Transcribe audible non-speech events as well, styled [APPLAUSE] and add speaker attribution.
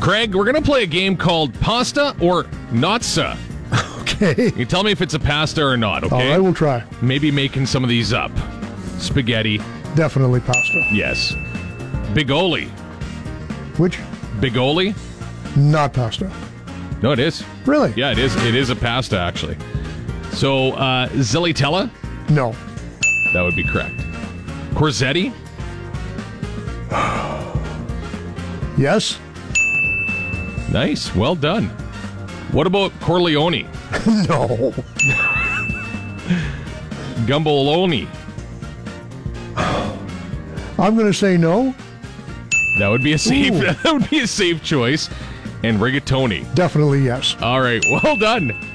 Speaker 1: Craig, we're going to play a game called Pasta or Notsa.
Speaker 2: Okay.
Speaker 1: You tell me if it's a pasta or not,
Speaker 2: All
Speaker 1: [LAUGHS] okay?
Speaker 2: right, we'll try.
Speaker 1: Maybe making some of these up. Spaghetti,
Speaker 2: Definitely pasta.
Speaker 1: yes. Bigoli.
Speaker 2: Which?
Speaker 1: Bigoli?
Speaker 2: Not pasta.
Speaker 1: No, it is.
Speaker 2: Really?
Speaker 1: Yeah, it is. It is a pasta, actually. So, uh, Zilitella,
Speaker 2: No.
Speaker 1: that would be correct. Corsetti,
Speaker 2: Yes?
Speaker 1: nice. Well done. What about Corleone?
Speaker 2: No.
Speaker 1: Gumboloni,
Speaker 2: I'm going to say no.
Speaker 1: that would be a safe. [LAUGHS]
Speaker 2: Ooh.
Speaker 1: That would be a safe choice. And rigatoni.
Speaker 2: Definitely yes.
Speaker 1: All right, well done.